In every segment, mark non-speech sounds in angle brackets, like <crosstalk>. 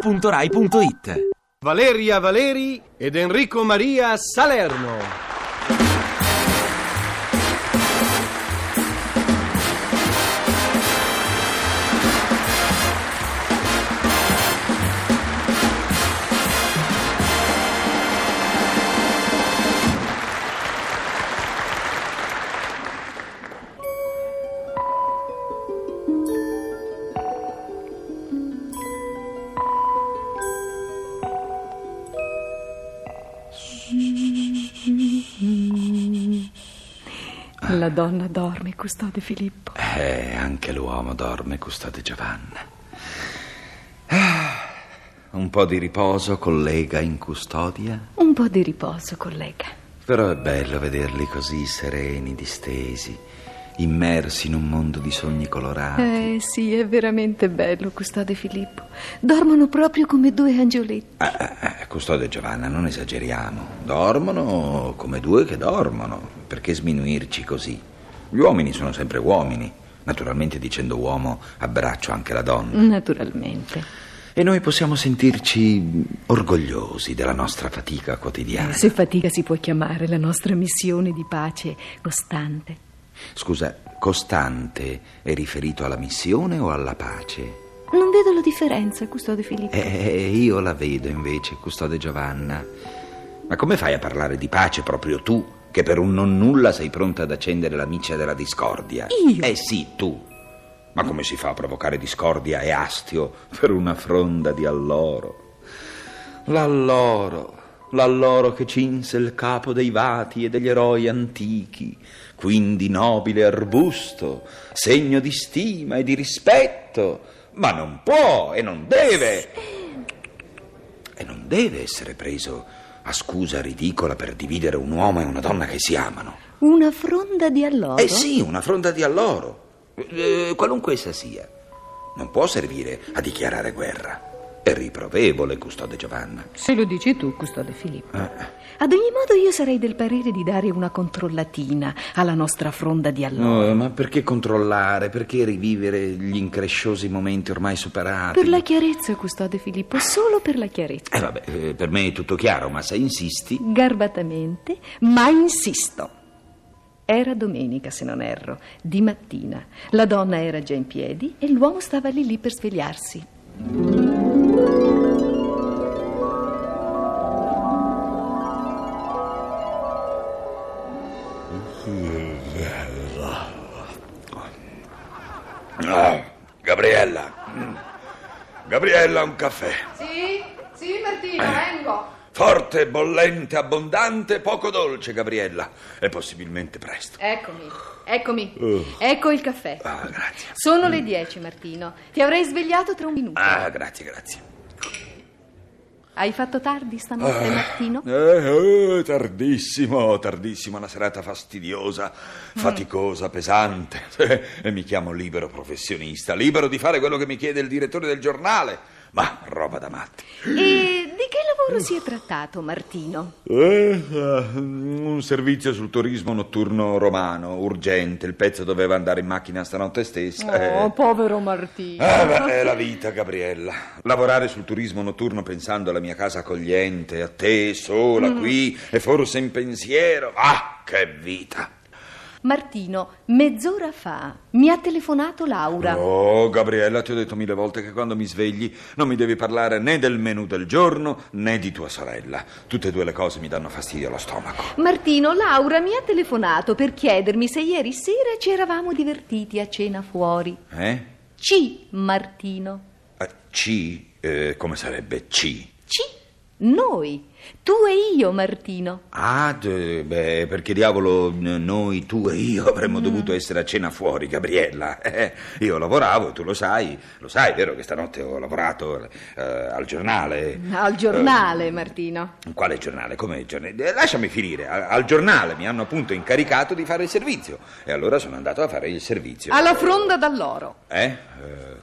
radio2pod.rai.it Valeria Valeri ed Enrico Maria Salerno. La donna dorme, custode Filippo. Eh, anche l'uomo dorme, custode Giovanna. Ah, Un po' di riposo, collega in custodia. Un po' di riposo, collega. Però è bello vederli così sereni, distesi, immersi in un mondo di sogni colorati. Eh sì, è veramente bello, custode Filippo. Dormono proprio come due angioletti. Ah, ah, ah, custode Giovanna, non esageriamo. Dormono come due che dormono. Perché sminuirci così? Gli uomini sono sempre uomini. Naturalmente dicendo uomo abbraccio anche la donna. Naturalmente. E noi possiamo sentirci orgogliosi della nostra fatica quotidiana. Se fatica si può chiamare la nostra missione di pace costante. Scusa, costante è riferito alla missione o alla pace? Non vedo la differenza, custode Filippo. Eh, io la vedo invece, custode Giovanna. Ma come fai a parlare di pace proprio tu, che per un non nulla sei pronta ad accendere la miccia della discordia? Io? Eh sì, tu. Ma come si fa a provocare discordia e astio per una fronda di alloro? L'alloro, l'alloro che cinse il capo dei vati e degli eroi antichi, quindi nobile arbusto, segno di stima e di rispetto, ma non può e non deve. E non deve essere preso a scusa ridicola per dividere un uomo e una donna che si amano. Una fronda di alloro? Eh sì, una fronda di alloro, eh, qualunque essa sia. Non può servire a dichiarare guerra. È riprovevole, custode Giovanna. Se lo dici tu, custode Filippo. Ah, Ad ogni modo io sarei del parere di dare una controllatina alla nostra fronda di alloro. No, ma perché controllare? Perché rivivere gli incresciosi momenti ormai superati? Per la chiarezza, custode Filippo, solo per la chiarezza. Eh vabbè, eh, per me è tutto chiaro, ma se insisti... Garbatamente, ma insisto. Era domenica, se non erro, di mattina. La donna era già in piedi e l'uomo stava lì lì per svegliarsi. Ah, Gabriella. Mm. Gabriella, un caffè. Sì, sì Bertino, vengo. Forte, bollente, abbondante, poco dolce, Gabriella. E possibilmente presto. Eccomi, eccomi. Uh. Ecco il caffè. Ah, grazie. Sono le 10, Martino. Ti avrei svegliato tra un minuto. Ah, grazie, grazie. Hai fatto tardi Ah. stanotte, Martino? Eh, eh, tardissimo, tardissimo, una serata fastidiosa, faticosa, pesante. <laughs> E mi chiamo libero professionista, libero di fare quello che mi chiede il direttore del giornale. Ma roba da matti. E di che lavoro si è trattato, Martino? Eh, eh, un servizio sul turismo notturno romano, urgente. Il pezzo doveva andare in macchina stanotte Oh, stessa. eh. Oh, povero Martino. Eh, beh, è la vita, Gabriella. Lavorare sul turismo notturno pensando alla mia casa accogliente, a te sola qui e forse in pensiero. Ah, che vita! Martino, mezz'ora fa mi ha telefonato Laura. Oh, Gabriella, ti ho detto mille volte che quando mi svegli non mi devi parlare né del menù del giorno né di tua sorella. Tutte e due le cose mi danno fastidio allo stomaco. Martino, Laura mi ha telefonato per chiedermi se ieri sera ci eravamo divertiti a cena fuori. Eh? Ci, Martino. Eh, C? Eh, come sarebbe C? Ci, noi. Tu e io, Martino. Ah, d- beh, perché diavolo n- noi, tu e io avremmo dovuto essere a cena fuori, Gabriella. <laughs> Eh, io lavoravo, tu lo sai, lo sai, vero che stanotte ho lavorato eh, al giornale. Al giornale, Martino. Quale giornale? Come giornale? Eh, Lasciami finire, a- al giornale mi hanno appunto incaricato di fare il servizio e allora sono andato a fare il servizio. Alla fronda d'alloro. Eh? Eh,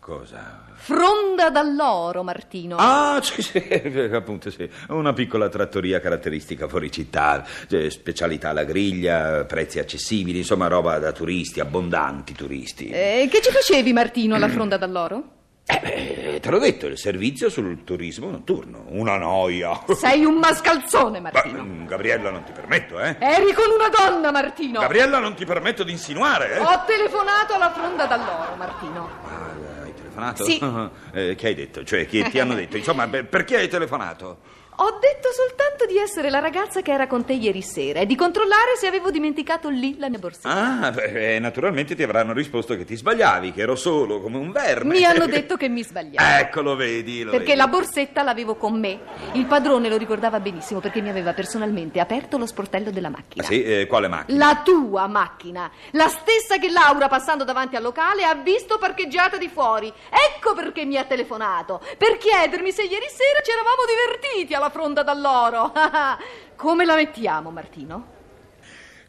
cosa? Fronda d'alloro, Martino. Ah, sì, sì, <laughs> appunto sì, una piccola trattoria caratteristica fuori città, cioè, specialità alla griglia, prezzi accessibili, insomma roba da turisti, abbondanti turisti. Eh. Eh, che ci facevi, Martino, alla fronda d'alloro? Eh, beh, te l'ho detto, il servizio sul turismo notturno. Una noia. Sei un mascalzone, Bah, Martino. mm, Gabriella, non ti permetto, eh? Eri con una donna, Martino. Gabriella, non ti permetto di insinuare, eh? Ho telefonato alla fronda dall'oro, Martino. Ah, hai telefonato? Sì. Eh, che hai detto? Cioè, che ti hanno detto? Insomma, beh, perché hai telefonato? Ho detto soltanto di essere la ragazza che era con te ieri sera e di controllare se avevo dimenticato lì la mia borsetta. Ah, beh, eh, naturalmente ti avranno risposto che ti sbagliavi, che ero solo come un verme. Mi <laughs> hanno detto che mi sbagliavo. Ecco, lo vedi, Ah, lo Perché vedi. la borsetta l'avevo con me. Il padrone lo ricordava benissimo perché mi aveva personalmente aperto lo sportello della Ah, macchina. sì, eh, quale macchina? La tua macchina, la stessa che Laura passando davanti al locale ha visto parcheggiata di fuori. Ecco perché mi ha telefonato, per chiedermi se ieri sera ci eravamo divertiti alla fronda dall'oro. <laughs> Come la mettiamo, Martino?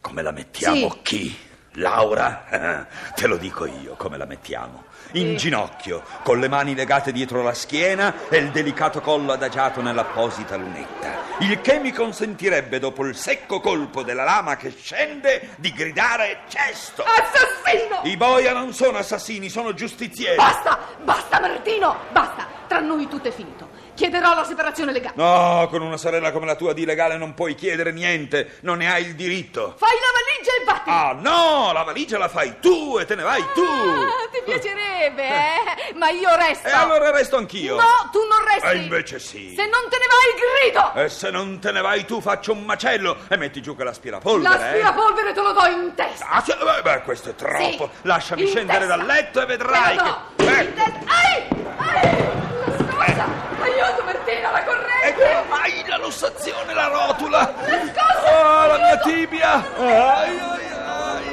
Come la mettiamo Sì. chi? Laura? <laughs> Te lo dico io come la mettiamo. In ginocchio, con le mani legate dietro la schiena e il delicato collo adagiato nell'apposita lunetta. Il che mi consentirebbe, dopo il secco colpo della lama che scende, di gridare cesto. Ah, Assassino! I boia non sono assassini, sono giustizieri. Basta, basta Martino, basta. Tra noi tutto è finito. Chiederò la separazione legale. No, con una sorella come la tua di legale non puoi chiedere niente, non ne hai il diritto. Fai la valigia e vattene. Ah no, la valigia la fai tu e te ne vai tu. Ah, ti piacerebbe, eh? Ma io resto. E allora resto anch'io. No, tu non resti. E invece sì. Eh, Se non te ne vai, grido. E se non te ne vai tu faccio un macello e metti giù che l'aspirapolvere. L'aspirapolvere te lo do in Eh. testa. Ah, sì, beh, beh, questo è troppo. Sì, Lasciami in scendere testa. dal letto Te e vedrai lo do. che... Eh, In testa. Ai! Ai! La scossa! Aiuto, Martina, la E corrente! come mai la lussazione, la rotula? scossa! Oh, la mia tibia! Ai, ai, ai.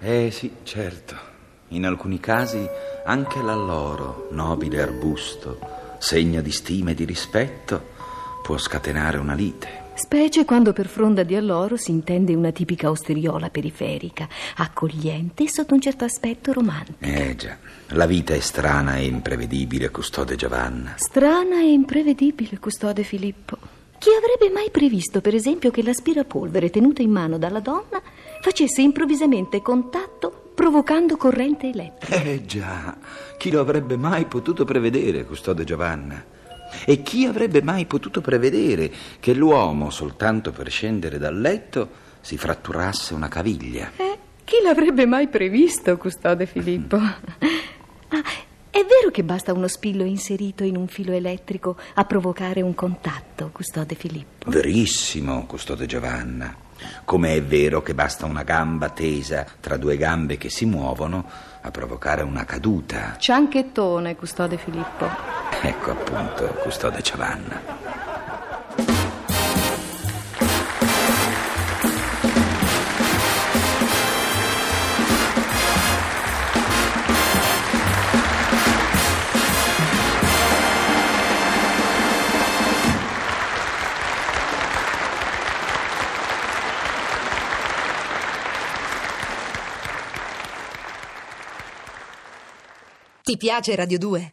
Eh sì, certo. In alcuni casi anche l'alloro, nobile arbusto, segno di stima e di rispetto, può scatenare una lite. Specie quando per fronda di alloro si intende una tipica osteriola periferica, accogliente e sotto un certo aspetto romantica. Eh già, la vita è strana e imprevedibile, custode Giovanna. Strana e imprevedibile, custode Filippo. Chi avrebbe mai previsto, per esempio, che l'aspirapolvere tenuta in mano dalla donna facesse improvvisamente contatto provocando corrente elettrica? Eh già, chi lo avrebbe mai potuto prevedere, custode Giovanna? E chi avrebbe mai potuto prevedere che l'uomo, soltanto per scendere dal letto, si fratturasse una caviglia? Eh, chi l'avrebbe mai previsto, custode Filippo? Ah, è vero che basta uno spillo inserito in un filo elettrico a provocare un contatto, custode Filippo? Verissimo, custode Giovanna. Come è vero che basta una gamba tesa tra due gambe che si muovono a provocare una caduta. Cianchettone, custode Filippo. Ecco appunto, custode Giovanna. Ti piace Radio 2?